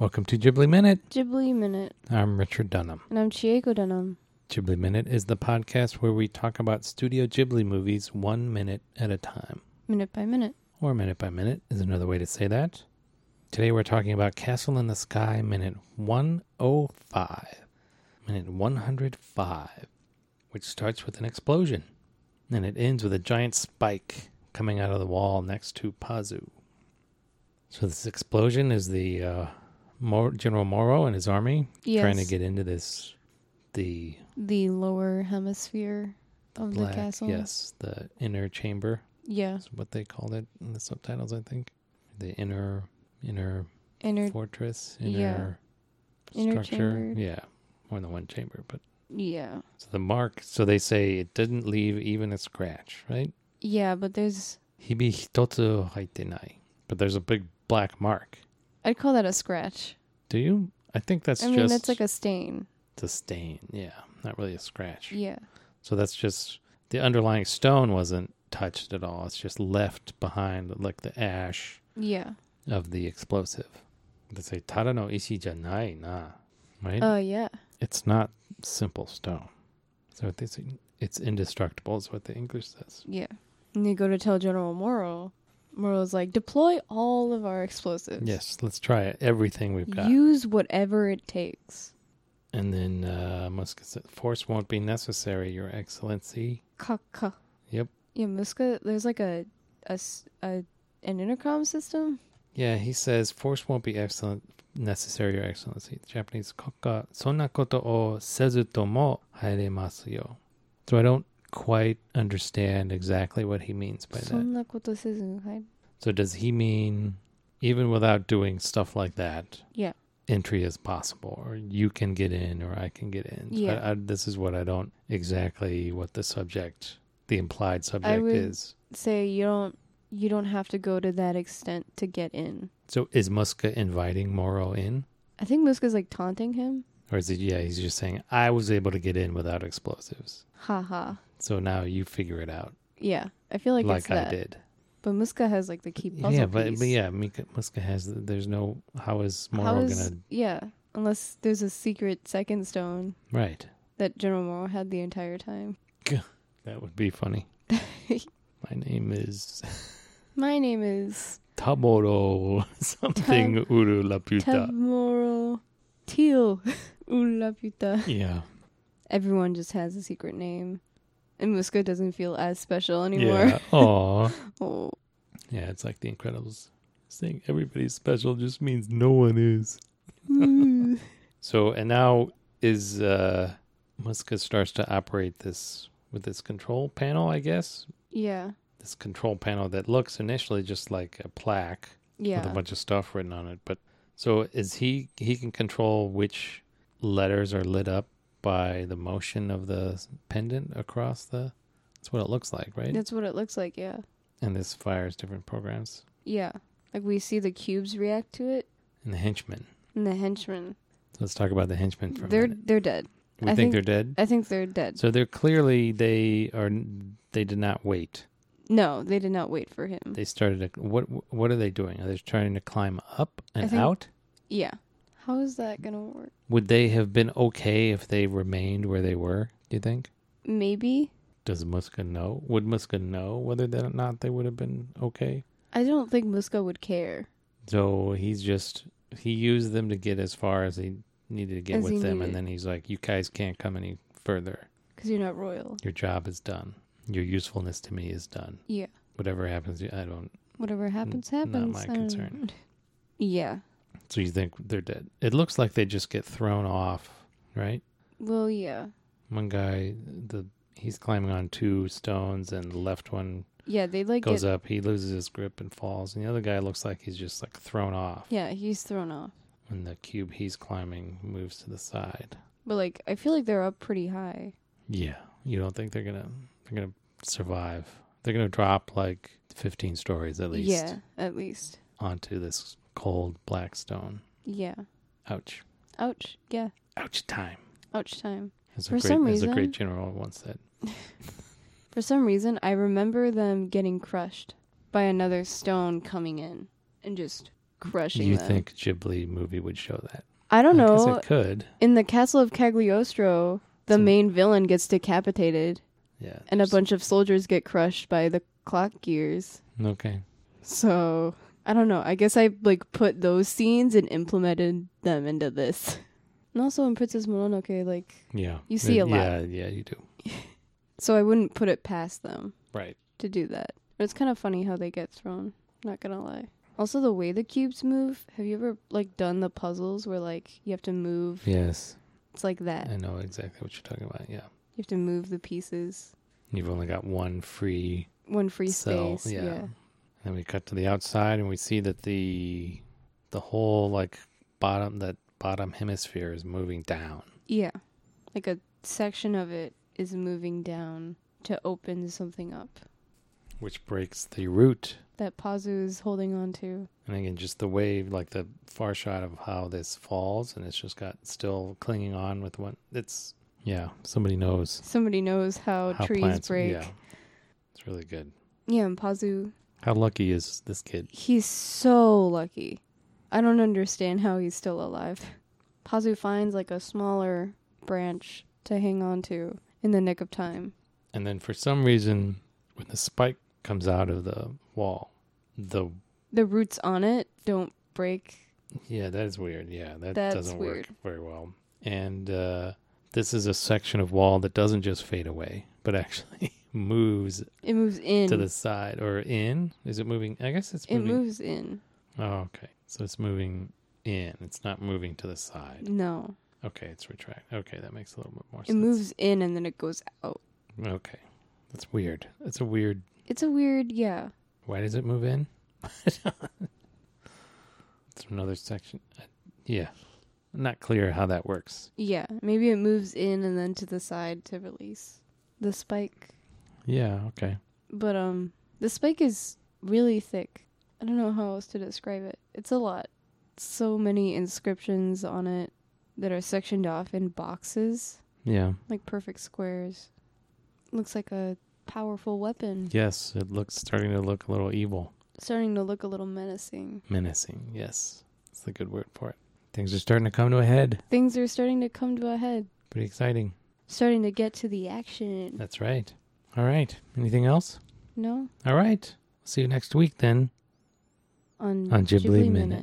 Welcome to Ghibli Minute. Ghibli Minute, I'm Richard Dunham. and I'm Chieko Dunham. Ghibli Minute is the podcast where we talk about Studio Ghibli movies one minute at a time, Minute by minute. or minute by minute is another way to say that. Today we're talking about Castle in the Sky, minute 105, minute 105, which starts with an explosion, and it ends with a giant spike coming out of the wall next to Pazu. So this explosion is the uh, Mor- General Moro and his army Yes. trying to get into this the the lower hemisphere of black the castle. yes the inner chamber Yeah. is what they called it in the subtitles i think the inner inner Inner. fortress yeah. inner Inner structure chamber. yeah more than one chamber but Yeah. so the mark so they say it didn't leave even a scratch right Yeah, but there's. hibi hitotsu haitenai but there's a big black mark I'd call that a scratch. do you i think that's I mean, just that's like a stain. a stain yeah not really a scratch Yeah. So that's just the underlying stone wasn't touched at all. It's just left behind like the ash Yeah. of the explosive. They say Tada no ishi janai na, right? Oh, yeah. it's not simple stone. So they say it's indestructible is what the English says. Yeah. And they go to tell General Moro. Moro's like, deploy all of our explosives. Yes, let's try it. Everything we've got. Use whatever it takes. and then uh, Muska said, force won't be necessary, Your Excellency. Kaka. Yep. Yeah, Muska, there's like a, a, s- a- an intercom system. Yeah, he says force won't be excellent necessary or excellency. The Japanese koka sonakoto o sezu to mo haeremasu yo. So I don't quite understand exactly what he means by that. そんなことせずに入る。 So does he mean even without doing stuff like that? Yeah. Entry is possible, or you can get in, or I can get in. So Yeah. I, I, this is what I don't exactly what the subject, the implied subject would- is. say you don't you don't have to go to that extent to get in. So is Muska inviting Moro in? I think Muska's like taunting him. Or is it, yeah, he's just saying, I was able to get in without explosives. Ha ha. So now you figure it out Yeah. I feel like, it's like I that. did. But Muska has like the key puzzle Yeah, but, piece. but yeah, Mika, Muska has, there's no, how is Moro How is- going to, yeah, unless there's a secret second stone right. that General Moro had the entire time. That would be funny. My name is My name is Tamoro something Uru Laputa. Tab Moro Teal Ulaputa. yeah. Everyone just has a secret name. And Muska doesn't feel as special anymore. Yeah. Aw. Oh. Yeah, it's like The Incredibles. Saying everybody's special just means no one is. Ooh. So and now is uh Muska starts to operate this with this control panel, I guess. yeah. This control panel that looks initially just like a plaque with Yeah. a bunch of stuff written on it. But so is he he can control which letters are lit up by the motion of the pendant across the that's what it looks like, right? That's what it looks like, yeah. And this fires different programs. Yeah. Like we see the cubes react to it And the henchmen. and the henchmen. So let's talk about the henchmen for a They're minute. they're dead. We I think think- they're dead. I think they're dead. So they're clearly they are they did not wait. No, they did not wait for him. they started to, what what are they doing are they trying to climb up and I think- out yeah. How is that gonna work? would they have been okay if they remained where they were do you think Maybe? does muska know would muska know whether or not they would have been okay I don't think Muska would care. so he's just he used them to get as far as he needed to get As he with them needed. and then he's like you guys can't come any further Because you're not royal. your job is done your usefulness to me is done Yeah. whatever happens i don't Whatever happens, not happens. my I don't- concern. Yeah. so you think they're dead it looks like they just get thrown off right Well yeah. One guy, the he's climbing on two stones, and the left one Yeah, they like goes get up. He loses his grip and falls, and the other guy looks like he's just like thrown off. Yeah, he's thrown off. And the cube he's climbing moves to the side. But like I feel like they're up pretty high. Yeah, you don't think they're gonna they're gonna survive? They're gonna drop like fifteen stories at least Yeah, at least. onto this cold black stone. Yeah. Ouch! Ouch. Yeah. Ouch! Time. Ouch time. As a For great, some as a reason- great general once said. For some reason, I remember them getting crushed by another stone coming in and just crushing You them. think Ghibli movie would show that? I don't I guess know. it could. In the castle of Cagliostro, the It's a- main villain gets decapitated, Yeah. and a bunch of soldiers get crushed by the clock gears. Okay. So I don't know. I guess I like put those scenes and implemented them into this. And also in Princess Mononoke, like Yeah. You see a lot. Yeah, yeah, you do. so I wouldn't put it past them Right. to do that. But it's kind of funny how they get thrown. Not gonna lie. Also, the way the cubes move. Have you ever like done the puzzles where like you have to move? Yes. It's like that. I know exactly what you're talking about. Yeah. You have to move the pieces. You've only got one free One free cell. space. yeah. yeah. Then we cut to the outside and we see that the the whole like bottom that bottom hemisphere is moving down. Yeah. Like a section of it is moving down to open something up which breaks the root. that Pazu is holding on to. And again, just the wave, like the far shot of how this falls, and it's just got still clinging on with one. It's yeah, somebody knows Somebody knows how, Oh, trees break. Yeah, it's really good. yeah, and Pazu, How lucky is this kid? he's so lucky. I don't understand how he's still alive. Pazu finds like a smaller branch to hang on to in the nick of time. And then for some reason, when the spike comes out of the wall, the The roots on it don't break. yeah, that is weird. Yeah, that That's doesn't weird. work very well. And uh, this is a section of wall that doesn't just fade away, but actually moves It moves in. to the side or in? Is it moving? I guess it's it moving. moves in. Oh, okay. So it's moving in. It's not moving to the side. No. Okay, it's retract. Okay, that makes a little bit more It sense. moves in and then it goes out. Okay, that's weird. That's a weird. It's a weird, yeah. Why does it move in? it's another section. I- Yeah, not clear how that works. Yeah, maybe it moves in and then to the side to release the spike. Yeah. Okay. But um the spike is really thick. I don't know how else to describe it. It's a lot. So many inscriptions on it that are sectioned off in boxes, Yeah. like perfect squares. Looks like a powerful weapon Yes, it looks starting to look a little evil. starting to look a little menacing. Menacing. Yes, that's the good word for it. Things are starting to come to a head. Things are starting to come to a head, Pretty exciting. starting to get to the action. That's right. All right. Anything else? No? All right. See you next week then. On, On Ghibli Minute.